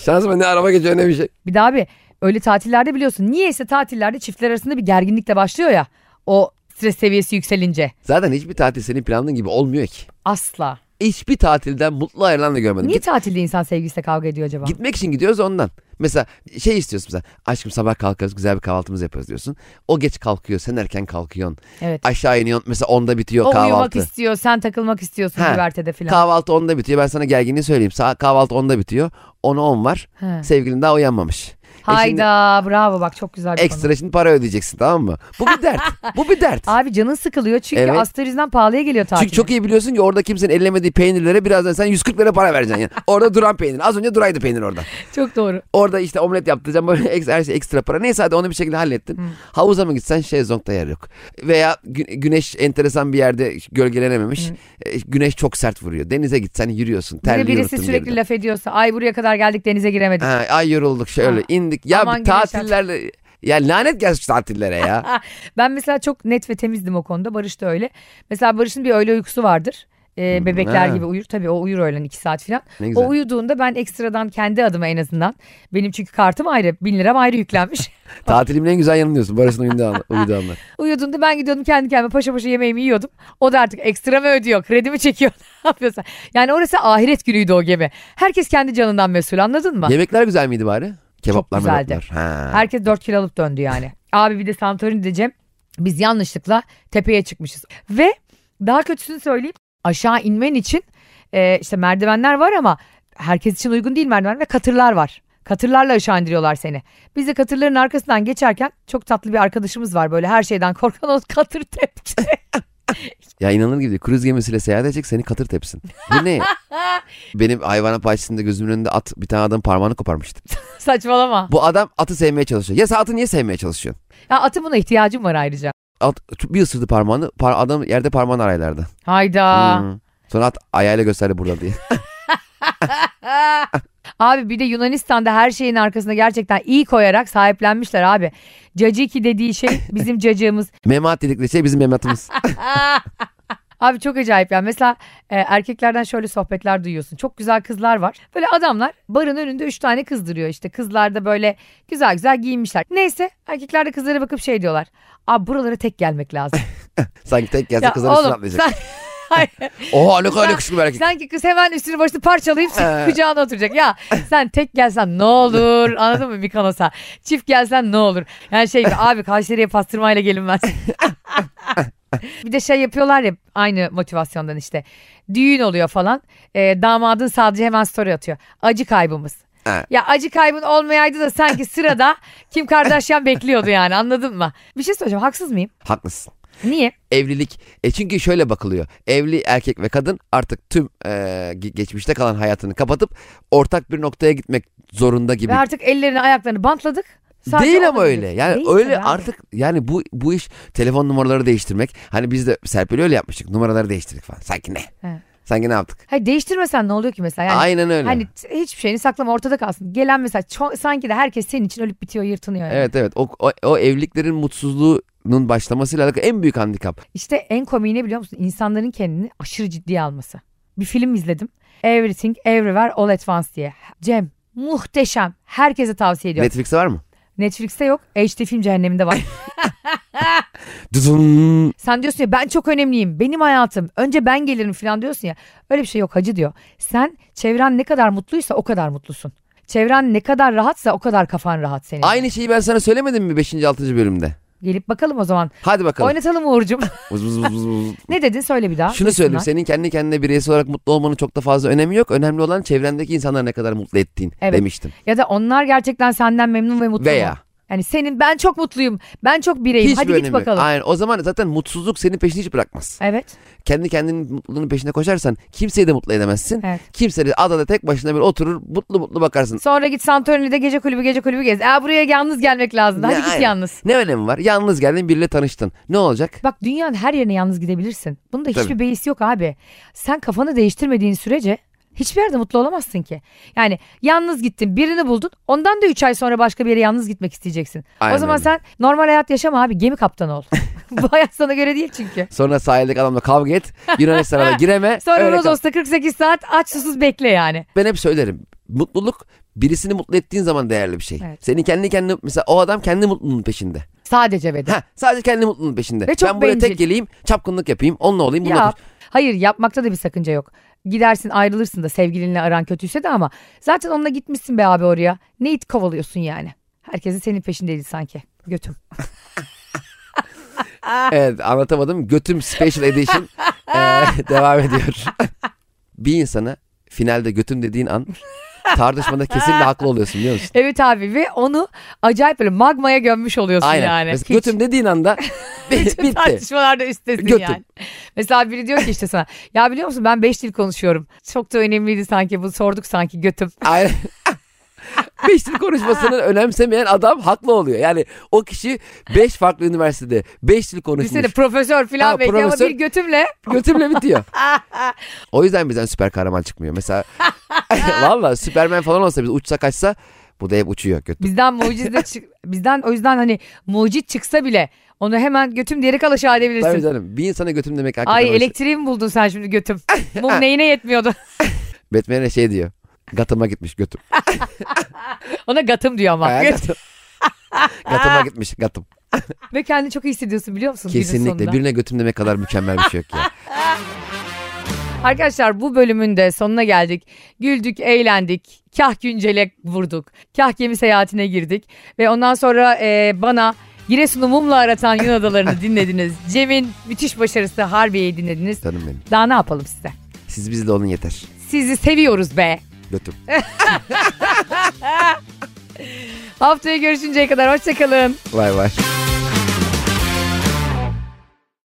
[SPEAKER 2] Şansıma ne araba geçiyor ne bir şey.
[SPEAKER 1] Bir daha abi öyle tatillerde biliyorsun niyeyse tatillerde çiftler arasında bir gerginlikle başlıyor ya o stres seviyesi yükselince.
[SPEAKER 2] Zaten hiçbir tatil senin planladığın gibi olmuyor ki.
[SPEAKER 1] Asla.
[SPEAKER 2] Hiçbir tatilden mutlu ayrılan da görmedim.
[SPEAKER 1] Niye
[SPEAKER 2] Git-
[SPEAKER 1] tatilde insan sevgilisiyle kavga ediyor acaba?
[SPEAKER 2] gitmek için gidiyoruz ondan. Mesela şey istiyorsun mesela aşkım sabah kalkarız güzel bir kahvaltımızı yaparız diyorsun. O geç kalkıyor sen erken kalkıyorsun.
[SPEAKER 1] Evet.
[SPEAKER 2] Aşağı iniyorsun mesela onda bitiyor
[SPEAKER 1] o uyumak
[SPEAKER 2] kahvaltı.
[SPEAKER 1] istiyor sen takılmak istiyorsun
[SPEAKER 2] Ha.
[SPEAKER 1] güvertede filan.
[SPEAKER 2] Kahvaltı onda bitiyor ben sana gerginliği söyleyeyim. Sa- kahvaltı onda bitiyor. 10'a 10 var.
[SPEAKER 1] Ha.
[SPEAKER 2] Sevgilin daha uyanmamış. E şimdi-
[SPEAKER 1] Hayda bravo bak çok güzel bir konu.
[SPEAKER 2] Ekstra şimdi para ödeyeceksin tamam mı? Bu bir dert. Bu bir dert.
[SPEAKER 1] Abi canın sıkılıyor çünkü
[SPEAKER 2] Evet.
[SPEAKER 1] asterizden pahalıya geliyor tatil.
[SPEAKER 2] Çünkü çok iyi biliyorsun ki orada kimsenin ellemediği peynirlere birazdan sen 140 lira para vereceksin. Yani. Orada duran peynir. Az önce duraydı peynir orada.
[SPEAKER 1] çok doğru.
[SPEAKER 2] Orada işte omlet yaptıracağım böyle ekstra, her şey ekstra para. Neyse hadi onu bir şekilde hallettin. Havuza mı gitsen şezlongda yer yok. Veya gü- güneş enteresan bir yerde gölgelenememiş. E, Güneş çok sert vuruyor. Denize gitsen yürüyorsun.
[SPEAKER 1] Bir de
[SPEAKER 2] Terli
[SPEAKER 1] birisi
[SPEAKER 2] yurtun
[SPEAKER 1] sürekli
[SPEAKER 2] geriden.
[SPEAKER 1] laf ediyorsa ay buraya kadar geldik denize giremedik.
[SPEAKER 2] Ha, ay yorulduk şöyle
[SPEAKER 1] Ha.
[SPEAKER 2] indik. Ya
[SPEAKER 1] Aman
[SPEAKER 2] bir
[SPEAKER 1] güneş artık.
[SPEAKER 2] tatillerle... Ya lanet gelsin şu tatillere ya.
[SPEAKER 1] Ben mesela çok net ve temizdim o konuda. Barış da öyle. Mesela Barış'ın bir öğle uykusu vardır. Ee,
[SPEAKER 2] Hmm,
[SPEAKER 1] bebekler
[SPEAKER 2] ha.
[SPEAKER 1] gibi uyur. Tabii o uyur öğlen iki saat falan.
[SPEAKER 2] Ne güzel.
[SPEAKER 1] O uyuduğunda ben ekstradan kendi adıma en azından. Benim çünkü kartım ayrı. Bin liram ayrı yüklenmiş.
[SPEAKER 2] Tatilimin en güzel yanı diyorsun. Barış'ın uyuduğu an- uyuduğu anlar.
[SPEAKER 1] uyuduğunda ben gidiyordum kendi kendime paşa paşa yemeğimi yiyordum. O da artık ekstra mı ödüyor? Kredimi çekiyor? ne yapıyorsa. Yani orası ahiret günüydü o gemi. Herkes kendi canından mesul anladın mı?
[SPEAKER 2] Yemekler güzel miydi bari? Kebaplar
[SPEAKER 1] güzeldi.
[SPEAKER 2] mebaplar. Ha.
[SPEAKER 1] Herkes 4 kilo alıp döndü yani. Abi bir de Santorini diyeceğim. Biz yanlışlıkla tepeye çıkmışız. Ve daha kötüsünü söyleyeyim. Aşağı inmen için e, işte merdivenler var ama herkes için uygun değil merdiven ve katırlar var. Katırlarla aşağı indiriyorlar seni. Biz de katırların arkasından geçerken çok tatlı bir arkadaşımız var böyle her şeyden korkan o katır tepçi.
[SPEAKER 2] Ya inanılır gibi değil. Kruz gemisiyle seyahat edecek seni katır tepsin. Bu ne? Benim hayvanat bahçesinde gözümün önünde at bir tane adam parmağını koparmıştı.
[SPEAKER 1] Saçmalama.
[SPEAKER 2] Bu adam atı sevmeye çalışıyor. Ya sen atı niye sevmeye çalışıyorsun?
[SPEAKER 1] Ya atın buna ihtiyacım var ayrıca.
[SPEAKER 2] At bir ısırdı parmağını. par- adam yerde parmağını araylardı.
[SPEAKER 1] Hayda.
[SPEAKER 2] Hı. Sonra at ayağıyla gösterdi burada diye.
[SPEAKER 1] Ah. Abi bir de Yunanistan'da her şeyin arkasına gerçekten iyi koyarak sahiplenmişler abi. Caciki dediği şey bizim cacığımız.
[SPEAKER 2] Memat dedikleri şey bizim mematımız.
[SPEAKER 1] Abi çok acayip yani mesela e, erkeklerden şöyle sohbetler duyuyorsun. Çok güzel kızlar var. Böyle adamlar barın önünde üç tane kız duruyor işte. Kızlar da böyle güzel güzel giyinmişler. Neyse erkekler de kızlara bakıp şey diyorlar. Abi buralara tek gelmek lazım.
[SPEAKER 2] Sanki tek gelse
[SPEAKER 1] Ya
[SPEAKER 2] kızların üstüne
[SPEAKER 1] oğlum,
[SPEAKER 2] atlayacak.
[SPEAKER 1] sen-
[SPEAKER 2] Oha ne kadar
[SPEAKER 1] Sen-
[SPEAKER 2] yakışıklı bir erkek.
[SPEAKER 1] Sanki kız hemen üstünü başını parçalayıp
[SPEAKER 2] Evet.
[SPEAKER 1] kucağına oturacak. Ya sen tek gelsen ne olur anladın mı Mikonos'a? Çift gelsen ne olur? Yani şey gibi, abi Kayseri'ye pastırmayla gelinmez. bir de şey yapıyorlar ya aynı motivasyondan işte. Düğün oluyor falan. Ee, damadın sadece hemen story atıyor. Acı kaybımız.
[SPEAKER 2] Evet.
[SPEAKER 1] Ya acı kaybın olmayaydı da sanki sırada Kim Kardashian bekliyordu yani anladın mı? Bir şey söyleyeceğim haksız mıyım?
[SPEAKER 2] Haklısın.
[SPEAKER 1] Niye?
[SPEAKER 2] Evlilik e çünkü şöyle bakılıyor. Evli erkek ve kadın artık tüm e, ge- geçmişte kalan hayatını kapatıp ortak bir noktaya gitmek zorunda gibi.
[SPEAKER 1] Ve artık ellerini ayaklarını bantladık. Sadece
[SPEAKER 2] değil
[SPEAKER 1] onu
[SPEAKER 2] ama öyle.
[SPEAKER 1] biliyoruz.
[SPEAKER 2] Yani
[SPEAKER 1] Değil
[SPEAKER 2] öyle
[SPEAKER 1] tabii abi.
[SPEAKER 2] artık yani bu bu iş telefon numaraları değiştirmek. Hani biz de Serpil öyle yapmıştık. Numaraları değiştirdik falan. Sanki ne?
[SPEAKER 1] He.
[SPEAKER 2] Sanki ne yaptık?
[SPEAKER 1] Hayır değiştirmesen ne oluyor ki mesela? Yani,
[SPEAKER 2] Aynen öyle.
[SPEAKER 1] Hani t- hiçbir şeyini saklama ortada kalsın. Gelen mesela ço- sanki de herkes senin için ölüp bitiyor yırtınıyor. yani.
[SPEAKER 2] Evet evet. O, o, o evliliklerin mutsuzluğunun başlamasıyla alakalı en büyük handikap.
[SPEAKER 1] İşte en komiği ne biliyor musun? İnsanların kendini aşırı ciddiye alması. Bir film izledim. Everything, Everywhere, All at Once diye. Cem muhteşem. Herkese tavsiye ediyorum.
[SPEAKER 2] Netflix'te var mı?
[SPEAKER 1] Netflix'te yok. HD film cehenneminde var.
[SPEAKER 2] Dudum.
[SPEAKER 1] Sen diyorsun ya ben çok önemliyim. Benim hayatım. Önce ben gelirim falan diyorsun ya. Öyle bir şey yok hacı diyor. Sen çevren ne kadar mutluysa o kadar mutlusun. Çevren ne kadar rahatsa o kadar kafan rahat senin.
[SPEAKER 2] Aynı şeyi ben sana söylemedim mi 5. 6. bölümde?
[SPEAKER 1] Gelip bakalım o zaman.
[SPEAKER 2] Hadi bakalım.
[SPEAKER 1] Oynatalım Uğur'cum.
[SPEAKER 2] Vız vız vız vız vız.
[SPEAKER 1] ne dedin söyle bir daha.
[SPEAKER 2] Şunu söyleyeyim senin kendi kendine bireysel olarak mutlu olmanın çok da fazla önemi yok. Önemli olan çevrendeki insanları ne kadar mutlu ettiğin
[SPEAKER 1] Evet.
[SPEAKER 2] demiştim.
[SPEAKER 1] Ya da onlar gerçekten senden memnun ve mutlu
[SPEAKER 2] Veya
[SPEAKER 1] mu? Yani senin ben çok mutluyum. Ben çok bireyim.
[SPEAKER 2] hiçbir
[SPEAKER 1] Hadi
[SPEAKER 2] önemi
[SPEAKER 1] git
[SPEAKER 2] yok.
[SPEAKER 1] bakalım.
[SPEAKER 2] Aynen o zaman zaten mutsuzluk senin peşini hiç bırakmaz.
[SPEAKER 1] Evet.
[SPEAKER 2] Kendi kendinin mutluluğunun peşine koşarsan kimseyi de mutlu edemezsin.
[SPEAKER 1] Evet.
[SPEAKER 2] Kimse de adada tek başına bir oturur mutlu mutlu bakarsın.
[SPEAKER 1] Sonra git Santorini'de gece kulübü gece kulübü gez. Aa buraya yalnız gelmek lazım. Hadi
[SPEAKER 2] Ne-
[SPEAKER 1] git
[SPEAKER 2] aynen.
[SPEAKER 1] yalnız.
[SPEAKER 2] Ne önemi var? Yalnız geldin biriyle tanıştın. Ne olacak?
[SPEAKER 1] Bak dünyanın her yerine yalnız gidebilirsin. Bunda hiçbir
[SPEAKER 2] Tabii.
[SPEAKER 1] beis yok abi. Sen kafanı değiştirmediğin sürece hiçbir yerde mutlu olamazsın ki. Yani yalnız gittin birini buldun ondan da 3 ay sonra başka bir yere yalnız gitmek isteyeceksin.
[SPEAKER 2] Aynen
[SPEAKER 1] o zaman
[SPEAKER 2] öyle.
[SPEAKER 1] sen normal hayat yaşama abi gemi kaptanı ol. Bu hayat sana göre değil çünkü.
[SPEAKER 2] Sonra sahildeki adamla kavga et. Yunanistan'a da gireme.
[SPEAKER 1] Sonra
[SPEAKER 2] öyle kal.
[SPEAKER 1] Rodos'ta 48 saat aç susuz bekle yani.
[SPEAKER 2] Ben hep söylerim. Mutluluk birisini mutlu ettiğin zaman değerli bir şey.
[SPEAKER 1] Evet.
[SPEAKER 2] Senin kendi kendine mesela o adam kendi mutluluğunun peşinde.
[SPEAKER 1] Sadece ve de.
[SPEAKER 2] Ha, sadece kendi mutluluğunun peşinde.
[SPEAKER 1] Ve çok
[SPEAKER 2] ben buraya
[SPEAKER 1] bencil.
[SPEAKER 2] tek geleyim, çapkınlık yapayım, onunla olayım, bununla
[SPEAKER 1] Ya
[SPEAKER 2] konuş-
[SPEAKER 1] hayır yapmakta da bir sakınca yok. Gidersin ayrılırsın da sevgilinle aran kötüyse de ama zaten onunla gitmişsin be abi oraya. Ne it kovalıyorsun yani. Herkesin senin peşindeydi sanki. Götüm.
[SPEAKER 2] Evet, anlatamadım. Götüm Special Edition eee, devam ediyor. bir insana finalde götüm dediğin an tartışmada kesinlikle haklı oluyorsun biliyor musun?
[SPEAKER 1] Evet abi ve onu acayip böyle magmaya gömmüş oluyorsun
[SPEAKER 2] Aynen.
[SPEAKER 1] yani.
[SPEAKER 2] Mesela
[SPEAKER 1] Hiç-
[SPEAKER 2] Götüm dediğin anda bi-
[SPEAKER 1] Bütün
[SPEAKER 2] bitti.
[SPEAKER 1] tartışmalarda üstesin
[SPEAKER 2] Götüm.
[SPEAKER 1] yani. Mesela biri diyor ki işte sana ya biliyor musun ben beş dil konuşuyorum. Çok da önemliydi sanki bu sorduk sanki götüm.
[SPEAKER 2] Aynen. Beş dil konuşmasını önemsemeyen adam haklı oluyor. Yani o kişi beş farklı üniversitede beş dil konuşmuş.
[SPEAKER 1] Lisede profesör falan
[SPEAKER 2] Ha,
[SPEAKER 1] belki
[SPEAKER 2] profesör.
[SPEAKER 1] ama bir götümle
[SPEAKER 2] Götümle bitiyor. o yüzden bizden süper kahraman çıkmıyor. Mesela valla Süpermen falan olsa biz uçsa kaçsa bu da hep uçuyor götüm.
[SPEAKER 1] Bizden mucize de çık- bizden o yüzden hani mucit çıksa bile onu hemen götüm diyerek al aşağı edebilirsin.
[SPEAKER 2] Tabii canım bir insana götüm demek hakikaten şey.
[SPEAKER 1] Ay
[SPEAKER 2] hoş.
[SPEAKER 1] elektriği mi buldun sen şimdi götüm? Mum neyine yetmiyordu?
[SPEAKER 2] Batman'e şey diyor. Gatıma gitmiş götüm.
[SPEAKER 1] Ona gatım diyor ama.
[SPEAKER 2] Ha, Gotham. Gatıma gitmiş gatım.
[SPEAKER 1] Ve kendini çok iyi hissediyorsun biliyor musun? günün
[SPEAKER 2] Kesinlikle
[SPEAKER 1] sonunda?
[SPEAKER 2] birine götüm demek kadar mükemmel bir şey yok ya.
[SPEAKER 1] Arkadaşlar bu bölümün de sonuna geldik. Güldük, eğlendik. Kah güncele vurduk. Kah gemi seyahatine girdik. Ve ondan sonra e, bana Giresun'u mumla aratan Yunan adalarını dinlediniz. Cem'in müthiş başarısı Harbiye'yi dinlediniz.
[SPEAKER 2] Canım benim.
[SPEAKER 1] Daha ne yapalım size?
[SPEAKER 2] Siz bizle olun yeter.
[SPEAKER 1] Sizi seviyoruz be.
[SPEAKER 2] Götüm.
[SPEAKER 1] Haftaya görüşünceye kadar hoşçakalın.
[SPEAKER 2] Vay vay.